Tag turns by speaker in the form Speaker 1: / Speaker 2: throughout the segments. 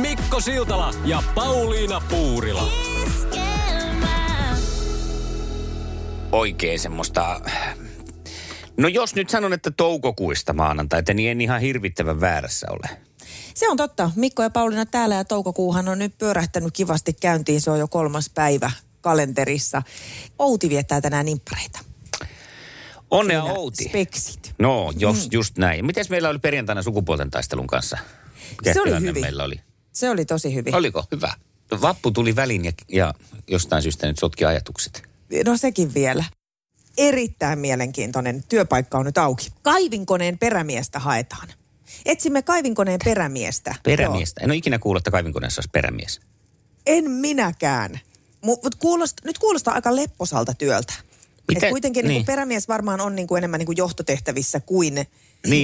Speaker 1: Mikko Siltala ja Pauliina Puurila.
Speaker 2: Oikein semmoista... No jos nyt sanon, että toukokuista maanantaita, niin en ihan hirvittävän väärässä ole.
Speaker 3: Se on totta. Mikko ja Pauliina täällä ja toukokuuhan on nyt pyörähtänyt kivasti käyntiin. Se on jo kolmas päivä kalenterissa. Outi viettää tänään nimppareita.
Speaker 2: Onnea
Speaker 3: Siinä Mm.
Speaker 2: Outi.
Speaker 3: Speksit.
Speaker 2: No, jos, just näin. Mites meillä oli perjantaina sukupuolten taistelun kanssa? Mikä
Speaker 3: Se oli
Speaker 2: tilanne
Speaker 3: hyvin. Eh.
Speaker 2: meillä oli?
Speaker 3: Se oli tosi hyvin.
Speaker 2: Oliko? Hyvä. Vappu tuli väliin ja, ja jostain syystä nyt sotki ajatukset.
Speaker 3: No sekin vielä. Erittäin mielenkiintoinen työpaikka on nyt auki. Kaivinkoneen perämiestä haetaan. Etsimme kaivinkoneen perämiestä.
Speaker 2: Perämiestä. En ole ikinä kuullut, että kaivinkoneessa olisi perämies.
Speaker 3: Joo. En minäkään. Mutta kuulost, nyt kuulostaa aika lepposalta työltä.
Speaker 2: Miten-
Speaker 3: Et kuitenkin niin.
Speaker 2: niin.
Speaker 3: Niin perämies varmaan on niin kuin enemmän niin kuin johtotehtävissä kuin,
Speaker 2: niin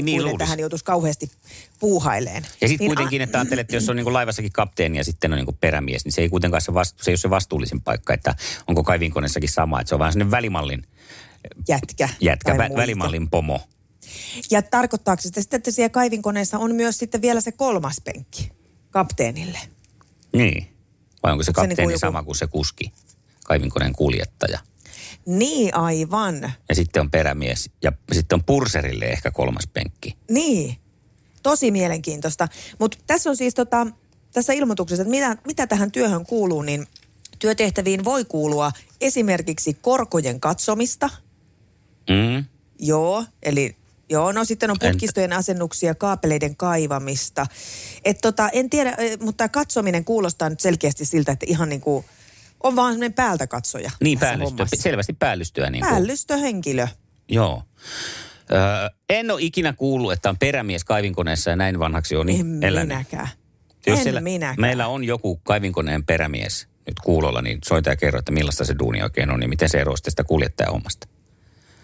Speaker 3: kuin
Speaker 2: luulisi.
Speaker 3: että hän joutuisi kauheasti puuhaileen.
Speaker 2: Ja sitten
Speaker 3: Niin
Speaker 2: kuitenkin, että ajattelet, että jos on niin laivassakin kapteeni ja sitten on niin perämies, niin se ei kuitenkaan se, vastu, se ei ole se vastuullisin paikka, että onko kaivinkoneessakin sama. Että se on vähän sellainen välimallin
Speaker 3: a, jätkä.
Speaker 2: jätkä,
Speaker 3: tai
Speaker 2: vä,
Speaker 3: muija.
Speaker 2: välimallin pomo.
Speaker 3: Ja tarkoittaako se sitten, että siellä kaivinkoneessa on myös sitten vielä se kolmas penkki kapteenille?
Speaker 2: Niin. Vai onko se
Speaker 3: Onko se
Speaker 2: kapteeni
Speaker 3: niinku joku-
Speaker 2: sama kuin se kuski, kaivinkoneen kuljettaja?
Speaker 3: Niin aivan.
Speaker 2: Ja sitten on perämies ja sitten on purserille ehkä kolmas penkki.
Speaker 3: Niin, tosi mielenkiintoista. Mutta tässä on siis tota, tässä ilmoituksessa, että mitä, mitä tähän työhön kuuluu, niin työtehtäviin voi kuulua esimerkiksi korkojen katsomista.
Speaker 2: Mm.
Speaker 3: Joo, eli joo, no sitten on putkistojen asennuksia, kaapeleiden kaivamista. Et tota, en tiedä, ö, mutta tämä katsominen kuulostaa nyt selkeästi siltä, että ihan niin kuin on vaan semmoinen päältä katsoja.
Speaker 2: Niin,
Speaker 3: tässä
Speaker 2: päällystyä.
Speaker 3: hommassa.
Speaker 2: Selvästi päällystyä. Niin kuin.
Speaker 3: Päällystöhenkilö.
Speaker 2: Joo. Öö, en ole ikinä kuullut, että on perämies kaivinkoneessa ja näin vanhaksi on
Speaker 3: En
Speaker 2: Niin, elänyt.
Speaker 3: minäkään.
Speaker 2: Jos
Speaker 3: en
Speaker 2: siellä,
Speaker 3: minäkään.
Speaker 2: Meillä on joku kaivinkoneen perämies nyt kuulolla, niin soita ja kerro, että millaista se duuni oikein on, niin miten se eroaa sitten sitä kuljettaja omasta.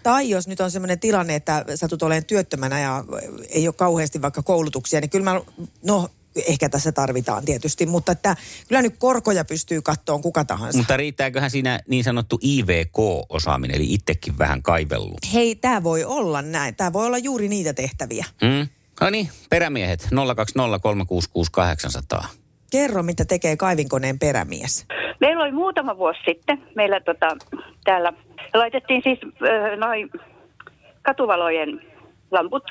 Speaker 3: Tai jos nyt on sellainen tilanne, että satut olemaan työttömänä ja ei ole kauheasti vaikka koulutuksia, niin kyllä mä, no ehkä tässä tarvitaan tietysti, mutta että kyllä nyt korkoja pystyy kattoon kuka tahansa.
Speaker 2: Mutta riittääköhän siinä niin sanottu IVK-osaaminen, eli itsekin vähän kaivellut?
Speaker 3: Hei, tämä voi olla näin. Tämä voi olla juuri niitä tehtäviä.
Speaker 2: Mm? No niin, perämiehet, 020366800.
Speaker 3: Kerro, mitä tekee kaivinkoneen perämies.
Speaker 4: Meillä oli muutama vuosi sitten, meillä tota, täällä laitettiin siis ö, noin katuvalojen lamput,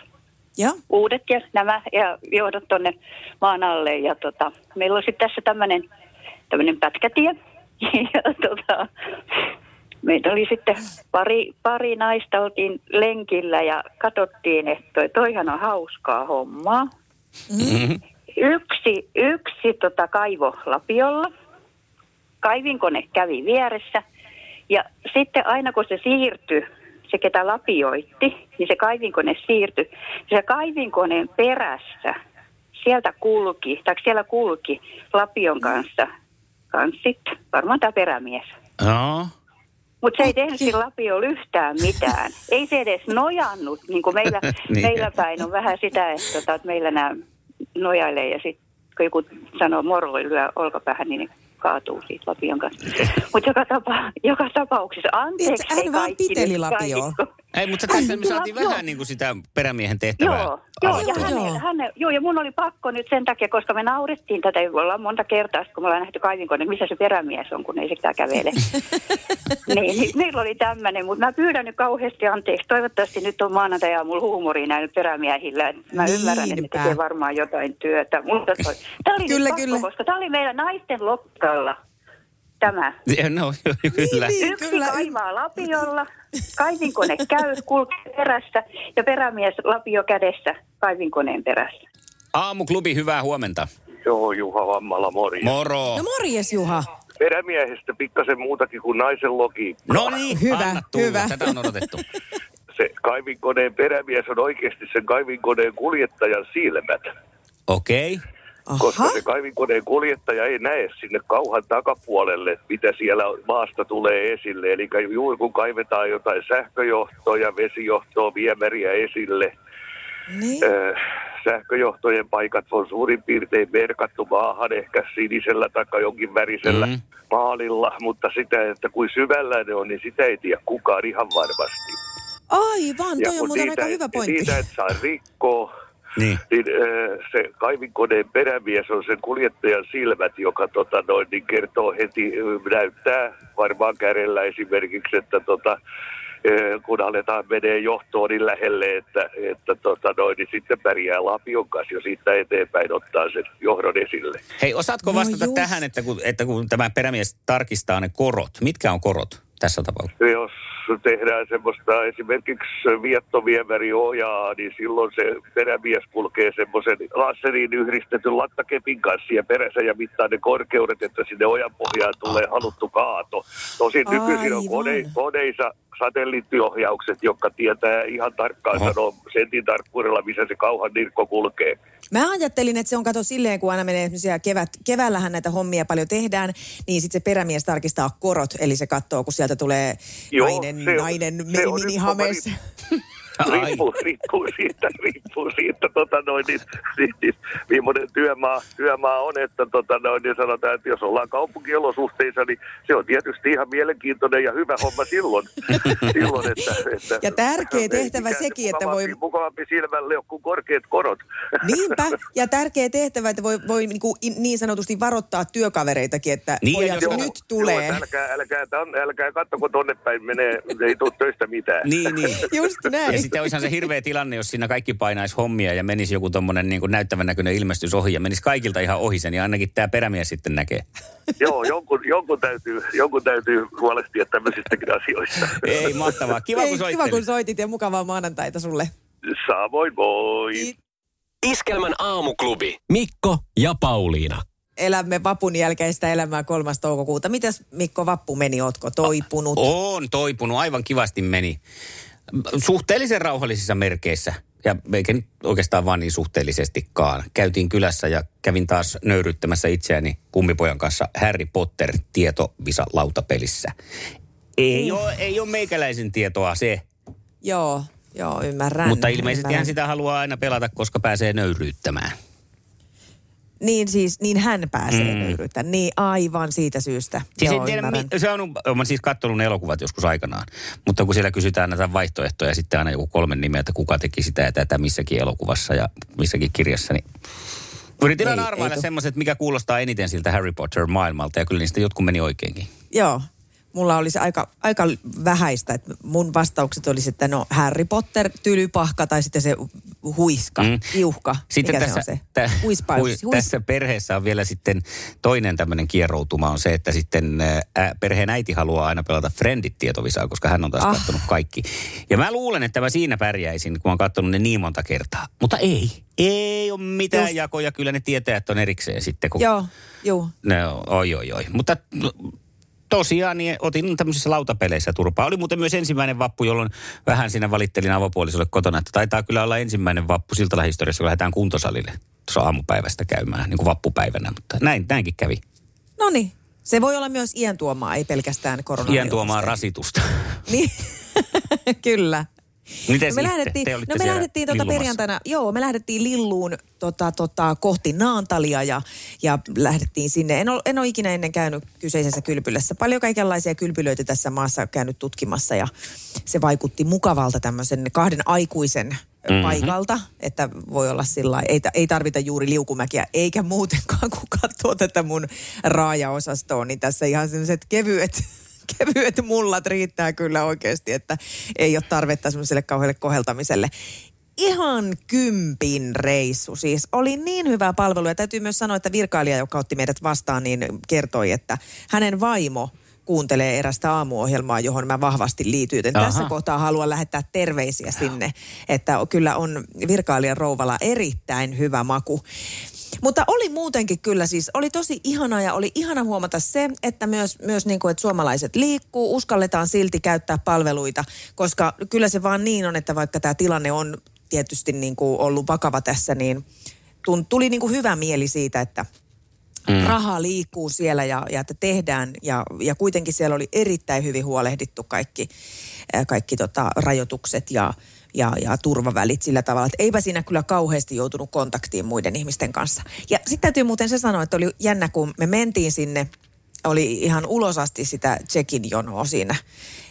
Speaker 3: Ja?
Speaker 4: uudet ja nämä, ja johdot tonne maan alle. Ja tota, meillä oli sitten tässä tämmöinen tämmönen pätkätie. Ja tota, meitä oli sitten pari, pari naista, oltiin lenkillä ja katsottiin, että toi, toihan on hauskaa hommaa.
Speaker 2: Mm-hmm.
Speaker 4: Yksi, yksi tota kaivo lapiolla. Kaivinkone kävi vieressä. Ja sitten aina kun se siirtyi, se ketä lapioitti, niin se kaivinkone siirtyi. Se kaivinkoneen perässä sieltä kulki, tai siellä kulki lapion kanssa, kanssa sitten, varmaan tämä perämies.
Speaker 2: No.
Speaker 4: Mutta se ei tehnyt sillä lapiolla yhtään mitään. Ei se edes nojannut, niin kuin meillä,
Speaker 2: Niin.
Speaker 4: niin. meillä päin on vähän sitä, että, tota, että meillä nämä nojailee ja sitten kun joku sanoo morvoi lyö olkapäähän, niin ne kaatuu siitä lapion kanssa. Mutta joka, tapa, joka tapauksessa, anteeksi
Speaker 3: Niin, hän
Speaker 4: ei
Speaker 3: vaan
Speaker 4: kaikki
Speaker 3: piteli
Speaker 4: nyt
Speaker 3: lapioa.
Speaker 4: kaikki-
Speaker 2: Ei, mutta tässä me saatiin
Speaker 4: Joo.
Speaker 2: vähän niin kuin sitä perämiehen tehtävää.
Speaker 4: Joo, joo, ja
Speaker 3: Joo, joo.
Speaker 4: häne, häne, joo, ja mun oli pakko nyt sen takia, koska me naurettiin tätä, me ollaan monta kertaa, sit kun me ollaan nähty kaivinkone, missä se perämies on, kun ei sekään kävele. niin, niin, meillä oli tämmöinen, mutta mä pyydän nyt kauheasti anteeksi. Toivottavasti nyt on maanantai aamulla huumoria näillä perämiehillä. Et Mä
Speaker 3: Niin, Niinpä.
Speaker 4: ymmärrän, että ne tekee varmaan jotain työtä, mutta toi, tää oli
Speaker 3: Kyllä,
Speaker 4: kyllä, pakko,
Speaker 3: kyllä.
Speaker 4: kyllä. koska tämä oli meillä naisten lokkalla tämä.
Speaker 2: Ja No, joo, kyllä.
Speaker 3: Niin,
Speaker 4: Yksi
Speaker 3: kyllä.
Speaker 4: kyllä. kaivaa lapiolla, kaivinkone käy, kulkee perässä ja perämies lapio kädessä kaivinkoneen perässä.
Speaker 2: Aamuklubi, hyvää huomenta.
Speaker 5: Joo, Juha Vammala, morjens. Mo-
Speaker 2: Moro.
Speaker 3: No morjes Juha.
Speaker 5: Perämiehestä pikkasen muutakin kuin naisen logiikka.
Speaker 2: No niin,
Speaker 3: Hyvä,
Speaker 2: anna tulla.
Speaker 3: hyvä.
Speaker 2: Tätä on odotettu.
Speaker 5: Se kaivinkoneen perämies on oikeasti sen kaivinkoneen kuljettajan silmät.
Speaker 2: Okei.
Speaker 3: Aha.
Speaker 5: koska se kaivinkoneen kuljettaja ei näe sinne kauhan takapuolelle, mitä siellä maasta tulee esille. Eli juuri kun kaivetaan jotain sähköjohtoa ja vesijohtoa, viemäriä esille,
Speaker 3: Niin.
Speaker 5: Ö, Äh, sähköjohtojen paikat on suurin piirtein merkattu maahan ehkä sinisellä tai jonkin värisellä
Speaker 2: Mm.
Speaker 5: mm. maalilla, mutta sitä, että kuin syvällä ne on, niin sitä ei tiedä kukaan ihan varmasti.
Speaker 3: Aivan, toi on
Speaker 5: kun
Speaker 3: muuten aika hyvä pointti.
Speaker 5: niitä et saa rikkoa,
Speaker 2: Niin.
Speaker 5: niin ö, se kaivinkoneen perämies on sen kuljettajan silmät, joka tota, noin, niin kertoo heti, ö, näyttää varmaan kädellä esimerkiksi, että tota, ö, kun aletaan menee johtoon niin lähelle, että, että tota, noin, niin sitten pärjää lapion kanssa jo siitä eteenpäin ottaa sen johdon esille.
Speaker 2: Hei, osaatko
Speaker 3: No
Speaker 2: vastata
Speaker 3: just.
Speaker 2: tähän, että kun, että kun tämä perämies tarkistaa ne korot, mitkä on korot tässä tapauksessa?
Speaker 5: jos tehdään semmoista esimerkiksi viettoviemäri ohjaa, niin silloin se perämies kulkee semmoisen laseriin yhdistetyn lattakepin kanssa siellä perässä ja mittaa ne korkeudet, että sinne ojan pohjaan tulee haluttu kaato. Tosin nykyisin on kone,
Speaker 3: Aivan.
Speaker 5: koneissa satelliittiohjaukset, jotka tietää ihan tarkkaan
Speaker 2: Oho.
Speaker 5: sanoa sentin tarkkuudella, missä se kauhan nirkko kulkee.
Speaker 3: Mä ajattelin, että se on kato silleen, kun aina menee esimerkiksi kevät, keväällähän näitä hommia paljon tehdään, niin sitten se perämies tarkistaa korot, eli se katsoo, kun sieltä tulee
Speaker 5: Joo,
Speaker 3: nainen,
Speaker 5: se on-
Speaker 3: nainen
Speaker 5: se on
Speaker 3: mini-
Speaker 5: nyt
Speaker 3: minihameessa.
Speaker 5: riippuu, riippuu siitä, riippuu siitä tota noin, niin, niin, niin, millainen työmaa, työmaa on, että tota noin, niin sanotaan, että jos ollaan kaupunkiolosuhteissa, niin se on tietysti ihan mielenkiintoinen ja hyvä homma silloin. silloin että, että,
Speaker 3: Ja tärkeä
Speaker 5: ei
Speaker 3: tehtävä
Speaker 5: mikään
Speaker 3: sekin, että
Speaker 5: mukavampi-
Speaker 3: voi-
Speaker 5: Mukavampi silmälle on kuin korkeat korot.
Speaker 3: Niinpä, ja tärkeä tehtävä, että voi, voi niin, kuin niin sanotusti varottaa työkavereitakin, että
Speaker 2: Niin,
Speaker 3: niin,
Speaker 2: ja
Speaker 3: pojat,
Speaker 2: jos-
Speaker 3: nyt tulee.
Speaker 5: Joo, että älkää, älkää, tan- älkää kattoko tonne päin menee, ei tule töistä mitään.
Speaker 2: Niin, niin.
Speaker 3: Just
Speaker 2: Ja
Speaker 3: näin.
Speaker 2: sitten olisihan se hirveä tilanne, jos siinä kaikki painaisi hommia ja menisi joku tommonen niin kuin näyttävän näköinen ilmestys ohi ja menisi kaikilta ihan ohi sen ja ainakin tämä perämies sitten näkee.
Speaker 5: Joo, jonkun, jonkun, täytyy, jonkun täytyy huolehtia tämmöisistäkin asioista.
Speaker 2: Ei, mahtavaa. Kiva, kun
Speaker 3: Ei, kiva kun
Speaker 2: soittelit.
Speaker 3: soitit ja mukavaa maanantaita sulle.
Speaker 5: Samoin moi!
Speaker 1: Iskelmän aamuklubi. Mikko ja Pauliina.
Speaker 3: Elämme vapun jälkeistä elämää 3. toukokuuta. Mitäs Mikko Vappu meni, ootko toipunut?
Speaker 2: On toipunut, aivan kivasti meni. Suhteellisen rauhallisissa merkeissä. Ja eikä nyt oikeastaan vaan niin suhteellisestikaan. Käytiin kylässä ja kävin taas nöyryttämässä itseäni kummipojan kanssa Harry Potter tietovisa lautapelissä. Ei, ole, ei ole meikäläisen tietoa se,
Speaker 3: Joo, joo, ymmärrän.
Speaker 2: mutta ilmeisesti hän
Speaker 3: ymmärrän.
Speaker 2: sitä haluaa aina pelata, koska pääsee nöyryyttämään.
Speaker 3: Niin siis, niin hän pääsee mm. nöyryyttämään. Niin aivan siitä syystä.
Speaker 2: Siis
Speaker 3: Joo,
Speaker 2: en tiedä,
Speaker 3: ymmärrän.
Speaker 2: mi- se on, olen siis katsonut ne elokuvat joskus aikanaan, mutta kun siellä kysytään näitä vaihtoehtoja ja sitten aina joku kolmen nimeä, että kuka teki sitä ja tätä missäkin elokuvassa ja missäkin kirjassa, niin yritin aina
Speaker 3: Ei-
Speaker 2: arvailla
Speaker 3: Niin, ei tu-
Speaker 2: semmoiset, mikä kuulostaa eniten siltä Harry Potter-maailmalta ja kyllä niistä jotkut meni oikeinkin.
Speaker 3: Joo, mulla oli se aika, aika vähäistä. Että mun vastaukset olisi, että no Harry Potter, tylypahka tai sitten se huiska,
Speaker 2: Mm.
Speaker 3: mm. iuhka.
Speaker 2: Sitten
Speaker 3: Mikä
Speaker 2: tässä,
Speaker 3: se on se?
Speaker 2: tä-
Speaker 3: Huispaus.
Speaker 2: hui- tässä perheessä on vielä sitten toinen tämmöinen kierroutuma on se, että sitten ää, perheen äiti haluaa aina pelata Friendit tietovisaa, koska hän on taas ah.
Speaker 3: Ah.
Speaker 2: katsonut kaikki. Ja mä luulen, että mä siinä pärjäisin, kun mä oon katsonut ne niin monta kertaa. Mutta ei, ei ole mitään Just.
Speaker 3: Just.
Speaker 2: jakoja, kyllä ne tietää, että on erikseen sitten. Kun
Speaker 3: Joo, joo.
Speaker 2: No, oi, oi, oi. Mutta no, tosiaan niin otin tämmöisissä lautapeleissä turpaa. Oli muuten myös ensimmäinen vappu, jolloin vähän siinä valittelin avopuolisolle kotona, että taitaa kyllä olla ensimmäinen vappu siltä lähistoriassa, kun lähdetään kuntosalille tuossa aamupäivästä käymään, niin kuin vappupäivänä. Mutta näin, näinkin kävi.
Speaker 3: No niin, se voi olla myös iän tuomaa, ei pelkästään korona.
Speaker 2: Iän tuomaan rasitusta.
Speaker 3: Niin, kyllä.
Speaker 2: Miten
Speaker 3: No me
Speaker 2: sitten?
Speaker 3: lähdettiin,
Speaker 2: Te olitte
Speaker 3: no me
Speaker 2: siellä
Speaker 3: lähdettiin tota
Speaker 2: lillumassa.
Speaker 3: perjantaina, joo, me lähdettiin Lilluun tota, tota, kohti Naantalia ja, ja lähdettiin sinne. En ole, en ole ikinä ennen käynyt kyseisessä kylpylässä. Paljon kaikenlaisia kylpylöitä tässä maassa on käynyt tutkimassa ja se vaikutti mukavalta tämmöisen kahden aikuisen mm-hmm. paikalta, että voi olla sillä lailla- ei, ta- ei tarvita juuri liukumäkiä, eikä muutenkaan, kun katsoo tätä mun raajaosastoa, niin tässä ihan sellaiset kevyet kevyet mullat riittää kyllä oikeasti, että ei ole tarvetta semmoiselle kauhealle koheltamiselle. Ihan kympin reissu siis. Oli niin hyvää palvelua. Ja täytyy myös sanoa, että virkailija, joka otti meidät vastaan, niin kertoi, että hänen vaimo kuuntelee erästä aamuohjelmaa, johon mä vahvasti liityin. Joten
Speaker 2: Aha.
Speaker 3: tässä kohtaa haluan lähettää terveisiä sinne, että kyllä on virkailijan rouvalla erittäin hyvä maku. Mutta oli muutenkin kyllä siis, oli tosi ihanaa ja oli ihana huomata se, että myös, myös niin kuin, että suomalaiset liikkuu, uskalletaan silti käyttää palveluita, koska kyllä se vaan niin on, että vaikka tämä tilanne on tietysti niin kuin ollut vakava tässä, niin tun, tuli niin kuin hyvä mieli siitä, että mm. raha liikkuu siellä ja, ja että tehdään. Ja, ja kuitenkin siellä oli erittäin hyvin huolehdittu kaikki, äh, kaikki tota, rajoitukset ja, ja, ja turvavälit sillä tavalla, että eipä siinä kyllä kauheasti joutunut kontaktiin muiden ihmisten kanssa. Ja sitten täytyy muuten se sanoa, että oli jännä, kun me mentiin sinne, oli ihan ulos asti sitä check-in jonoa siinä.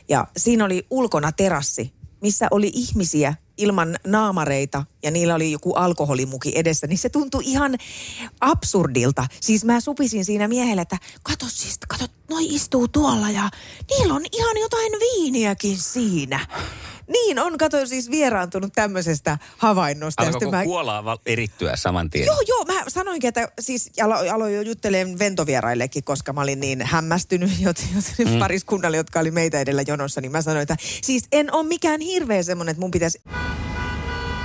Speaker 3: Ja siinä oli ulkona terassi, missä oli ihmisiä ilman naamareita ja niillä oli joku alkoholimuki edessä, niin se tuntui ihan absurdilta. Siis mä supisin siinä miehelle, että kato siis, kato, noi istuu tuolla ja niillä on ihan jotain viiniäkin siinä. Niin on, kato siis vieraantunut tämmöisestä havainnosta. Ja
Speaker 2: Alkoiko mä...
Speaker 3: sitten mä-
Speaker 2: kuolaa val- erittyä saman tien?
Speaker 3: Joo, joo, mä sanoinkin, että siis alo- aloin jo juttelemaan ventovieraillekin, koska mä olin niin hämmästynyt jot, jot, mm. pariskunnalle, jotka oli meitä edellä jonossa, niin mä sanoin, että siis en ole mikään hirveä semmoinen, että mun pitäisi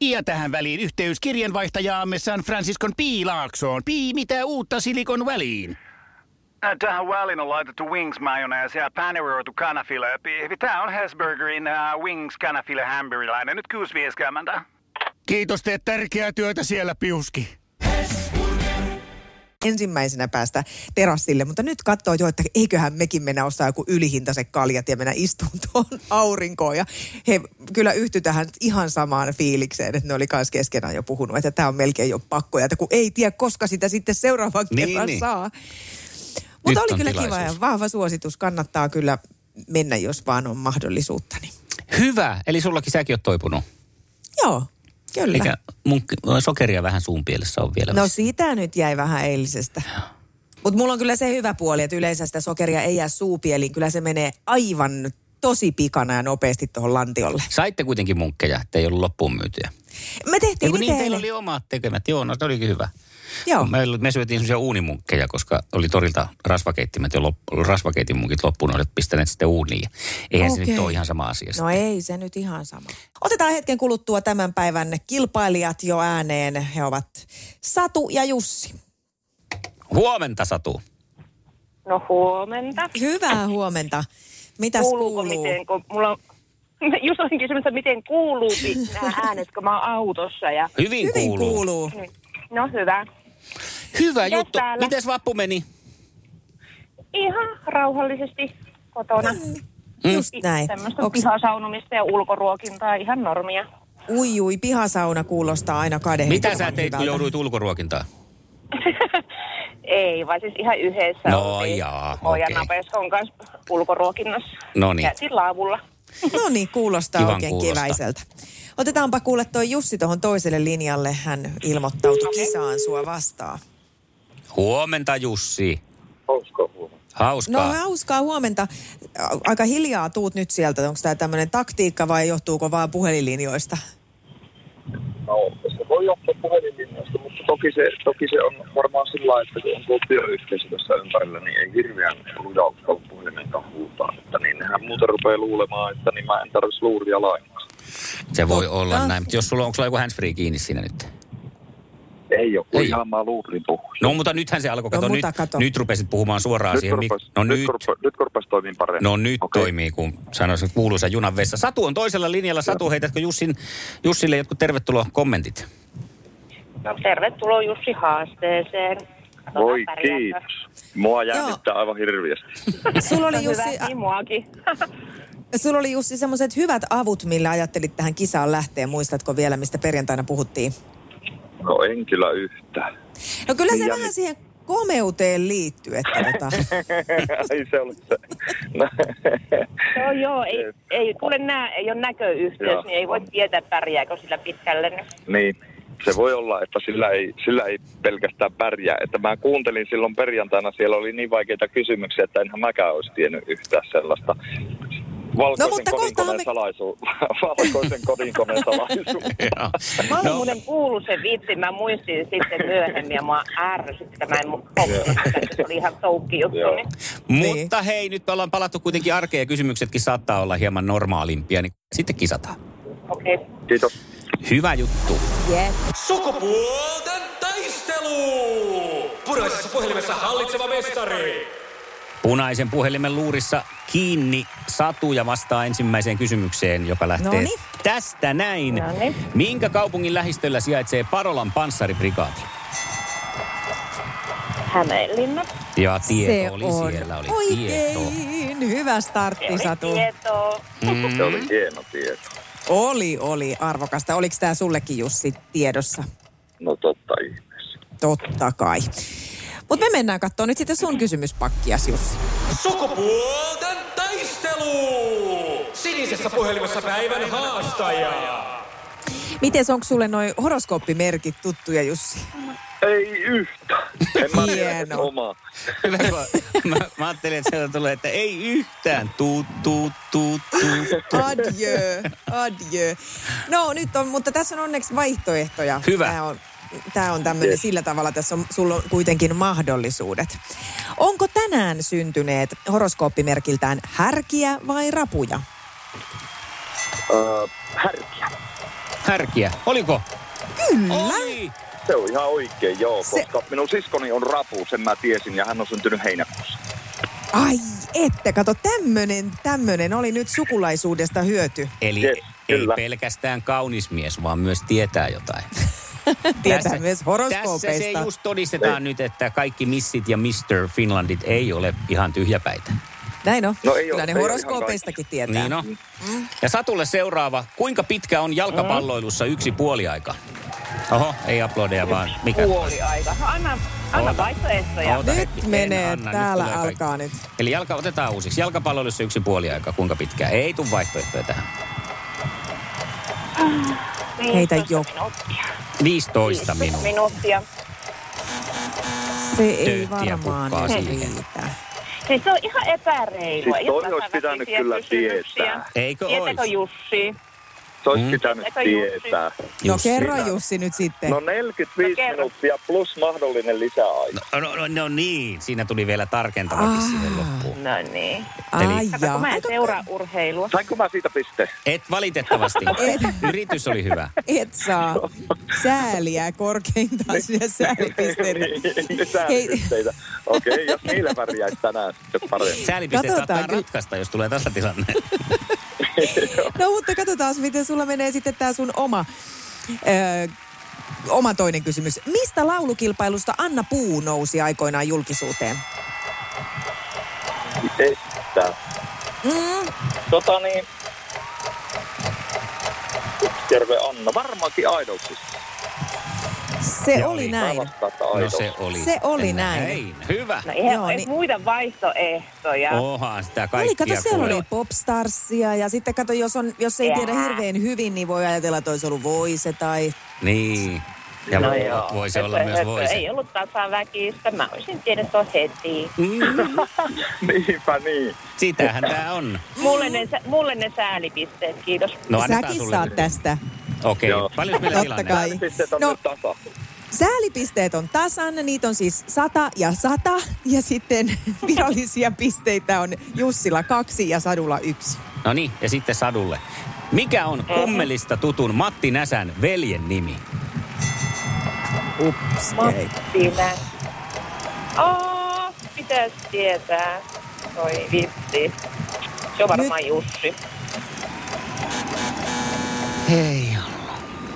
Speaker 6: Ja tähän väliin yhteys kirjanvaihtajaamme San Franciscon P. Laaksoon. Pii, mitä uutta Silikon väliin?
Speaker 7: Ä, Äh, Tähän väliin on laitettu wings mayonnaise ja paneroitu kanafila. Tämä on Hesburgerin äh, wings kanafila hamburilainen. Nyt kuusi vieskäämäntä.
Speaker 6: Kiitos, teet tärkeää työtä siellä, Piuski.
Speaker 3: ensimmäisenä päästä terassille, mutta nyt katsoo jo, että eiköhän mekin mennä ostaa joku ylihintaiset kaljat ja mennä istumaan tuohon aurinkoon. Ja he kyllä yhty tähän ihan samaan fiilikseen, että ne oli kanssa keskenään jo puhunut, että tämä on melkein jo pakko. Ja että kun ei tiedä, koska sitä sitten seuraavan
Speaker 2: Niin,
Speaker 3: kerran
Speaker 2: niin.
Speaker 3: saa. Mutta
Speaker 2: Nyt
Speaker 3: oli
Speaker 2: on
Speaker 3: kyllä kiva
Speaker 2: tilaisuus.
Speaker 3: ja vahva suositus. Kannattaa kyllä mennä, jos vaan on mahdollisuutta. Niin.
Speaker 2: Hyvä, eli sullakin säkin oot toipunut.
Speaker 3: Joo, kyllä.
Speaker 2: Eikä mun sokeria vähän suun pielessä on vielä.
Speaker 3: No sitä nyt jäi vähän eilisestä. Mutta mulla on kyllä se hyvä puoli, että yleensä sitä sokeria ei jää suupieliin. Kyllä se menee aivan tosi pikana ja nopeasti tuohon lantiolle.
Speaker 2: Saitte kuitenkin munkkeja, ettei ollut loppuun myytyjä.
Speaker 3: Me
Speaker 2: Ei
Speaker 3: tehtiin
Speaker 2: kun niin,
Speaker 3: itse
Speaker 2: teillä
Speaker 3: eilen.
Speaker 2: oli omat tekemät. Joo, no se olikin hyvä.
Speaker 3: Joo.
Speaker 2: Me, me syötiin semmoisia uunimunkkeja, koska oli torilta rasvakeittimet jo lop, rasvakeitin munkit loppuun, olet pistäneet sitten uuniin. Ja Eihän okay. se
Speaker 3: Okei.
Speaker 2: nyt ole ihan sama asia.
Speaker 3: No ei se nyt ihan sama. Otetaan hetken kuluttua tämän päivän kilpailijat jo ääneen. He ovat Satu ja Jussi.
Speaker 2: Huomenta, Satu.
Speaker 8: No huomenta.
Speaker 3: Hyvää huomenta. Mitäs
Speaker 8: Kuuluuko
Speaker 3: kuuluu?
Speaker 8: miten, kun mulla on... Just olisin kysymässä, miten kuuluu nämä äänet, kun mä oon autossa. Ja...
Speaker 2: Hyvin,
Speaker 3: Hyvin
Speaker 2: kuuluu.
Speaker 3: kuuluu.
Speaker 8: No hyvä.
Speaker 2: Hyvä
Speaker 8: Mitäs
Speaker 2: juttu.
Speaker 8: täällä?
Speaker 2: Mites vappu meni?
Speaker 8: Ihan rauhallisesti kotona.
Speaker 3: Mm,
Speaker 2: Mm.
Speaker 3: Just näin.
Speaker 8: Tämmöistä
Speaker 3: Onks-
Speaker 8: pihasaunumista ja ulkoruokintaa, ihan normia.
Speaker 3: Ui ui, pihasauna kuulostaa aina kadehdittoman
Speaker 2: Mitä sä teit, kun
Speaker 3: hyvältä.
Speaker 2: jouduit ulkoruokintaan?
Speaker 8: Ei, vaan siis ihan yhdessä
Speaker 2: No
Speaker 8: oltiin
Speaker 2: jaa,
Speaker 8: Ojan
Speaker 2: okei.
Speaker 8: Napeskon kanssa ulkoruokinnassa.
Speaker 2: No niin.
Speaker 8: Käytiin laavulla.
Speaker 3: No niin, kuulostaa
Speaker 2: Kivan
Speaker 3: Kivan oikein
Speaker 2: kuulostaa.
Speaker 3: kuulosta. keväiseltä. Otetaanpa kuule toi Jussi tuohon toiselle linjalle. Hän ilmoittautui kisaan sua vastaan.
Speaker 2: Huomenta, Jussi.
Speaker 5: Hauska huomata.
Speaker 3: No
Speaker 2: Hauskaa.
Speaker 3: hauskaa huomenta. Aika hiljaa tuut nyt sieltä. Onko tämä tämmöinen taktiikka vai johtuuko vaan puhelinlinjoista?
Speaker 5: No, se voi johtua puhelinlinjasta, mutta toki se, toki se on varmaan sillä lailla, että kun on tuo työyhteisö tässä ympärillä, niin ei hirveän lujautta ole puhelimenkaan huutaa. Että niin nehän muuten rupeaa luulemaan, että niin mä en tarvitse luuria lainkaan.
Speaker 2: se voi
Speaker 3: Totta.
Speaker 2: olla näin. Mutta Jos sulla, onko sulla joku handsfree kiinni siinä nyt?
Speaker 5: Ei ole, kun
Speaker 2: Ei
Speaker 5: ihan mä luurin puhuin.
Speaker 2: No mutta nythän se alkoi,
Speaker 3: No,
Speaker 2: kato, nyt,
Speaker 3: mutta kato.
Speaker 2: nyt rupesit puhumaan suoraan
Speaker 5: Nyt
Speaker 2: siihen. mik-
Speaker 5: korpas,
Speaker 2: no
Speaker 5: nyt,
Speaker 2: nyt,
Speaker 5: korpa- nyt korpas toimiin paremmin.
Speaker 2: no nyt
Speaker 5: Okei.
Speaker 2: toimii, kun sanoisit kuuluisa junan vessa. Satu on toisella linjalla. Satu, heitätkö Jussin, Jussille jotkut tervetuloa kommentit?
Speaker 8: No, tervetuloa Jussi haasteeseen. Tota, Katsotaan,
Speaker 5: Voi
Speaker 8: pärjääkö.
Speaker 5: kiitos. Mua jännittää aivan hirveästi.
Speaker 3: Sulla
Speaker 8: No,
Speaker 3: oli
Speaker 8: hyvä,
Speaker 3: Jussi,
Speaker 8: niin muakin.
Speaker 3: sulla oli Jussi semmoiset hyvät avut, millä ajattelit tähän kisaan lähteä. Muistatko vielä, mistä perjantaina puhuttiin?
Speaker 5: No en kyllä yhtään.
Speaker 3: No kyllä se
Speaker 5: Niin, ja
Speaker 3: vähän
Speaker 5: mit-
Speaker 3: siihen komeuteen liittyy, että tota...
Speaker 5: Ei se ollut se.
Speaker 8: Joo, No joo, ei, ei, kuule nää, ei ole näköyhteys,
Speaker 5: Joo.
Speaker 8: joo. niin ei voi tietää pärjääkö sillä pitkälle.
Speaker 5: Niin, se voi olla, että sillä ei, sillä ei pelkästään pärjää. Että mä kuuntelin silloin perjantaina, siellä oli niin vaikeita kysymyksiä, että enhän mäkään olisi tiennyt yhtään sellaista.
Speaker 3: No,
Speaker 9: Valkoisen
Speaker 3: mutta kohtahan
Speaker 9: kodinkoneen
Speaker 3: me-
Speaker 9: me... salaisuus. Valkoisen kodinkoneen salaisuus.
Speaker 2: Joo.
Speaker 9: No.
Speaker 8: Mä
Speaker 2: No,
Speaker 8: olen muuten kuullut sen vitsin, mä muistin sitten myöhemmin ja mä ärsytti tämän mun se oli ihan toukki juttu.
Speaker 9: Joo.
Speaker 8: Niin.
Speaker 2: Mutta hei, nyt ollaan palattu kuitenkin arkeen ja kysymyksetkin saattaa olla hieman normaalimpia, niin sitten kisataan.
Speaker 8: Okei. Okay.
Speaker 9: Kiitos.
Speaker 2: Hyvä juttu.
Speaker 3: Yes.
Speaker 10: Sukupuolten taistelu! Puraisessa puhelimessa hallitseva mestari.
Speaker 2: Punaisen puhelimen luurissa kiinni Satu ja vastaa ensimmäiseen kysymykseen, joka lähtee
Speaker 3: Noniin.
Speaker 2: tästä näin.
Speaker 8: Noniin.
Speaker 2: Minkä kaupungin lähistöllä sijaitsee Parolan panssariprikaati?
Speaker 8: Hämeenlinna.
Speaker 2: Ja tieto
Speaker 3: Se
Speaker 2: oli
Speaker 3: on
Speaker 2: siellä, oli tieto.
Speaker 3: oikein. Hyvä startti, Satu.
Speaker 8: Tietoa.
Speaker 9: Se oli hieno tieto.
Speaker 3: Oli, oli arvokasta. Oliko tämä sullekin Jussi tiedossa?
Speaker 9: No totta ihmeessä.
Speaker 3: Totta kai. Mutta me mennään katsomaan nyt sitten sun kysymyspakkias, Jussi.
Speaker 10: Sukupuolten taistelu! Sinisessä puhelimessa päivän haastaja.
Speaker 3: Miten onko sulle noin horoskooppimerkit tuttuja, Jussi?
Speaker 9: Ei yhtä. En mä tiedä, että
Speaker 3: Hieno.
Speaker 9: oma.
Speaker 2: Hyvä, kun mä, mä ajattelin, että sieltä tulee, että ei yhtään. Tuut, tuut, tuut, tuut.
Speaker 3: Adjö, adjö. No nyt on, mutta tässä on onneksi vaihtoehtoja.
Speaker 2: Hyvä.
Speaker 3: Tämä on, tää on tämmöinen
Speaker 9: Yes.
Speaker 3: sillä tavalla, tässä on, sulla on kuitenkin mahdollisuudet. Onko tänään syntyneet horoskooppimerkiltään härkiä vai rapuja?
Speaker 9: Äh, härkiä.
Speaker 2: Härkiä. Oliko?
Speaker 3: Kyllä.
Speaker 2: Oli.
Speaker 9: Se on ihan oikein, joo,
Speaker 3: Se-
Speaker 9: koska minun siskoni on rapu, sen mä tiesin, ja hän on syntynyt heinäkuussa.
Speaker 3: Ai että, kato, tämmönen, tämmönen oli nyt sukulaisuudesta hyöty.
Speaker 2: Eli
Speaker 9: Yes,
Speaker 2: ei
Speaker 9: kyllä.
Speaker 2: pelkästään kaunis mies, vaan myös tietää jotain.
Speaker 3: Tietää myös horoskoopeista.
Speaker 2: Tässä se just todistetaan nyt, että kaikki missit ja Mr. Finlandit ei ole ihan tyhjäpäitä.
Speaker 3: Näin on.
Speaker 9: No ei
Speaker 3: Kyllä
Speaker 9: oo,
Speaker 3: ne
Speaker 9: ei oo
Speaker 3: horoskoopeistakin tietää.
Speaker 2: Niin on.
Speaker 3: Mm.
Speaker 2: Ja Satulle seuraava. Kuinka pitkä on jalkapalloilussa yksi puoliaika? Oho, ei aplodeja vaan. Mikä?
Speaker 8: Puoli aika. Anna, anna
Speaker 2: Oota.
Speaker 8: vaihtoehtoja. Niin.
Speaker 2: Oota
Speaker 3: Nyt
Speaker 2: hetki. En
Speaker 3: menee.
Speaker 2: anna,
Speaker 3: Täällä
Speaker 2: tulee kaikki.
Speaker 3: alkaa nyt.
Speaker 2: Eli jalka, otetaan uusiksi. Jalkapalloilussa yksi puoliaika. Kuinka pitkään? Ei tule vaihtoehtoja tähän.
Speaker 3: Heitä jo.
Speaker 2: 15 minuuttia.
Speaker 8: minuuttia.
Speaker 3: Se ei
Speaker 2: Tööttiä
Speaker 3: varmaan
Speaker 2: pukkaa siihen.
Speaker 3: riitä. No
Speaker 8: Siis se on ihan epäreilua.
Speaker 9: Siis toi olisi pitänyt kyllä tietää.
Speaker 2: Eikö
Speaker 8: Tietääkö
Speaker 2: ois?
Speaker 8: Jussi?
Speaker 2: Mm.
Speaker 9: Se olisi pitänyt
Speaker 8: Eka Jussi.
Speaker 9: tietää.
Speaker 3: No
Speaker 2: Jussi.
Speaker 3: kerro Jussi nyt sitten.
Speaker 9: No 45
Speaker 8: No kerro.
Speaker 9: minuuttia plus mahdollinen lisäaika.
Speaker 2: No, no, no, no niin, siinä tuli vielä tarkentavakin
Speaker 3: Ah.
Speaker 2: siihen loppuun.
Speaker 8: No niin.
Speaker 3: Ai
Speaker 8: Kato,
Speaker 3: jaa.
Speaker 8: kun mä en
Speaker 3: Aika-
Speaker 8: seuraa urheilua.
Speaker 9: Sainko mä siitä pisteen?
Speaker 2: Et valitettavasti.
Speaker 3: Et.
Speaker 2: Yritys oli hyvä.
Speaker 3: Et saa sääliä korkeintaan
Speaker 8: Niin.
Speaker 3: sinne säälipisteitä.
Speaker 9: Lisäpisteitä. Okei, okay, jos niillä pärjäisi tänään sitten paremmin.
Speaker 2: Säälipisteet
Speaker 3: Katsotaan
Speaker 2: saattaa
Speaker 3: kyllä.
Speaker 2: ratkaista, jos tulee tasatilanne.
Speaker 3: No mutta katsotaan, miten sulla menee sitten tämä sun oma, ö, oma toinen kysymys. Mistä laulukilpailusta Anna Puu nousi aikoinaan julkisuuteen?
Speaker 9: Että.
Speaker 3: Mm,
Speaker 9: Tota niin. Terve Anna. Varmaankin aidoksissa.
Speaker 3: se
Speaker 2: Ja
Speaker 3: oli
Speaker 2: oli.
Speaker 3: näin.
Speaker 2: No se oli.
Speaker 3: Se oli
Speaker 2: sitten
Speaker 3: näin.
Speaker 2: Hyvä.
Speaker 8: No ihan
Speaker 3: Joo,
Speaker 8: Joo,
Speaker 3: niin-
Speaker 8: niin... muita vaihtoehtoja.
Speaker 2: Oha, sitä
Speaker 3: Oli,
Speaker 2: kaikkia
Speaker 3: kato, siellä
Speaker 2: kuule.
Speaker 3: oli popstarsia ja sitten kato, jos, on, jos ei tiedä
Speaker 8: Jää.
Speaker 3: hirveän hyvin, niin voi ajatella, että olisi ollut voise tai...
Speaker 2: Niin. Ja no
Speaker 8: joo.
Speaker 2: voisi
Speaker 8: Höpö,
Speaker 2: olla myös
Speaker 8: höpö.
Speaker 2: voisi.
Speaker 8: Ei ollut tasaväkistä. Mä olisin tiennyt tuon heti.
Speaker 2: Mm,
Speaker 9: Niinpä niin.
Speaker 2: sitähän tää on.
Speaker 8: Mulle ne, sä- mulle ne säälipisteet, kiitos.
Speaker 2: No annetaan
Speaker 3: Säkin
Speaker 2: sulle
Speaker 3: saat
Speaker 2: nyt.
Speaker 3: tästä.
Speaker 2: Okei,
Speaker 9: Joo.
Speaker 2: paljon meillä
Speaker 3: Totta
Speaker 2: tilanne?
Speaker 3: kai.
Speaker 9: Pisteet on
Speaker 3: No.
Speaker 9: no. nyt tasa.
Speaker 3: Säälipisteet on tasan, niitä on siis 100 ja 100 ja sitten virallisia pisteitä on Jussilla kaksi ja Sadulla yksi.
Speaker 2: No niin, ja sitten Sadulle. Mikä on kummelista tutun Matti Näsän veljen nimi?
Speaker 3: Ups, ei.
Speaker 8: Siinä. Oh, pitäis tietää. Oi vitsi. Se on varmaan Jussi.
Speaker 2: Hei.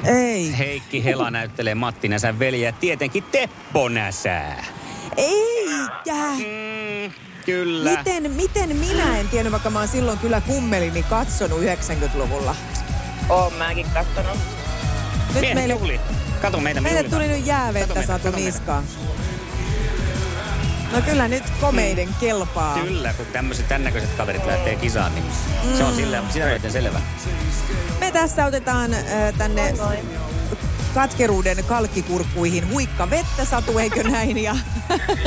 Speaker 3: Ei.
Speaker 2: Heikki Hela näyttelee Matti Näsän veljeä ja tietenkin Teppo Näsää.
Speaker 3: Eikä.
Speaker 2: Mm, kyllä.
Speaker 3: Miten, miten minä en tiennyt, vaikka mä oon silloin kyllä kummelini katsonut 90-luvulla.
Speaker 8: Oon mäkin kattonut.
Speaker 3: Nyt
Speaker 2: Miehet
Speaker 3: meille,
Speaker 2: juhlii. Kato meitä, me
Speaker 3: meille
Speaker 2: juhlitaan.
Speaker 3: tuli nyt jäävettä
Speaker 2: Kato meitä,
Speaker 3: Satu
Speaker 2: kato meitä.
Speaker 3: niskaan. No kyllä nyt komeiden kelpaa.
Speaker 2: Niin. Kyllä, kun tämmöiset tämän näköiset kaverit lähtee kisaan, niin se
Speaker 3: Mm.
Speaker 2: on sillä, sitä myöten selvä.
Speaker 3: Me tässä otetaan äh, tänne katkeruuden kalkkikurkkuihin huikka vettä, Satu, eikö näin? Ja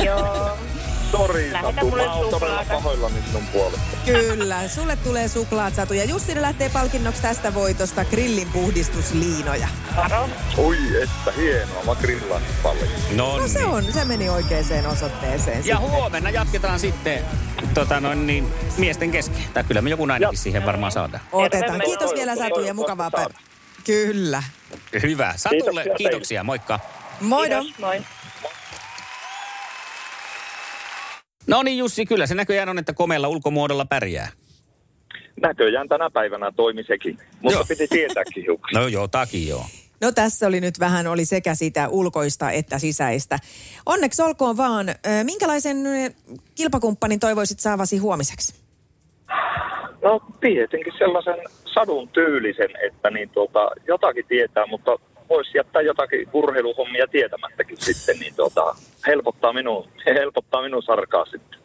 Speaker 8: Joo.
Speaker 9: Sori,
Speaker 8: Lähetä
Speaker 9: Satu.
Speaker 8: mulle
Speaker 9: Mä oon todella
Speaker 8: suklaata.
Speaker 9: pahoillani sinun puolesta.
Speaker 3: Kyllä, sulle tulee suklaat satu. Ja Jussille lähtee palkinnoksi tästä voitosta grillin puhdistusliinoja.
Speaker 8: Varo.
Speaker 9: Oi, että hienoa. Mä grillaan paljon.
Speaker 2: No,
Speaker 3: No se on, se meni oikeaan osoitteeseen.
Speaker 2: Ja huomenna jatketaan sitten tota noin, niin, miesten kesken. Tai kyllä me joku nainenkin siihen varmaan saadaan.
Speaker 3: Otetaan.
Speaker 8: Tervetuloa.
Speaker 3: Kiitos vielä Satu ja mukavaa
Speaker 9: Toivottavasti
Speaker 3: päivää. Kyllä.
Speaker 2: Hyvä. Satulle
Speaker 9: Kiitoksia
Speaker 2: kiitoksia,
Speaker 9: teille.
Speaker 2: kiitoksia. moikka.
Speaker 3: Moido.
Speaker 8: Kiitos, moi.
Speaker 2: No niin Jussi, kyllä se näköjään on, että komeilla ulkomuodolla pärjää.
Speaker 9: Näköjään tänä päivänä toimi sekin. Mutta
Speaker 2: Joo.
Speaker 9: piti tietääkin hiukan.
Speaker 2: No joo, taki joo.
Speaker 3: No tässä oli nyt vähän, oli sekä sitä ulkoista että sisäistä. Onneksi olkoon vaan. Ö, Minkälaisen ö, kilpakumppanin toivoisit saavasi huomiseksi?
Speaker 9: No tietenkin sellaisen sadun tyylisen, että niin tuota, jotakin tietää, mutta voisi jättää jotakin urheiluhommia tietämättäkin sitten, niin tuota, helpottaa minun, helpottaa minun sarkaa sitten.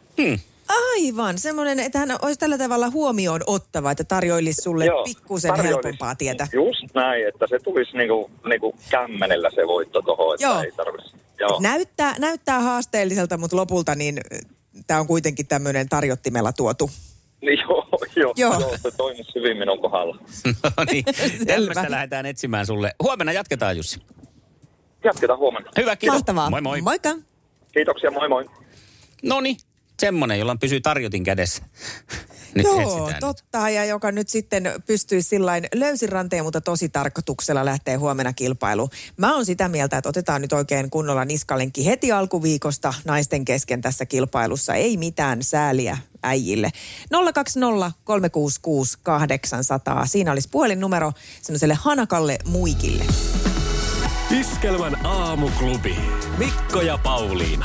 Speaker 3: Aivan, semmoinen, että hän olisi tällä tavalla huomioon ottava, että tarjoilisi sulle
Speaker 9: Joo,
Speaker 3: pikkusen
Speaker 9: tarjoilisi.
Speaker 3: helpompaa tietä.
Speaker 9: Just näin, että se tulisi niinku, niinku kämmenellä se voitto tuohon, että
Speaker 3: Joo.
Speaker 9: ei tarvitsisi. Joo.
Speaker 3: Näyttää, näyttää haasteelliselta, mutta lopulta niin tämä on kuitenkin tämmöinen tarjottimella tuotu.
Speaker 9: Niin, joo, joo,
Speaker 3: Joo.
Speaker 9: joo. joo, se toimisi hyvin minun kohdalla.
Speaker 2: No niin,
Speaker 3: Selvä.
Speaker 2: tämmöistä lähdetään etsimään sulle. Huomenna jatketaan Jussi.
Speaker 9: Jatketaan huomenna.
Speaker 2: Hyvä, kiitos.
Speaker 3: Mahtavaa.
Speaker 2: Moi moi.
Speaker 3: Moikka.
Speaker 9: Kiitoksia, moi moi.
Speaker 2: No niin, semmonen, jolla pysyy tarjotin kädessä. Nyt
Speaker 3: Joo,
Speaker 2: etsitään nyt.
Speaker 3: totta. Ja joka nyt sitten pystyy sillain löysin ranteen, mutta tosi tarkoituksella lähtee huomenna kilpailuun. Mä oon sitä mieltä, että otetaan nyt oikein kunnolla niskalenkki heti alkuviikosta naisten kesken tässä kilpailussa. Ei mitään sääliä äijille. 020 366 800. Siinä olisi puhelinnumero semmoiselle hanakalle muikille.
Speaker 1: Iskelmän aamuklubi. Mikko ja Pauliina.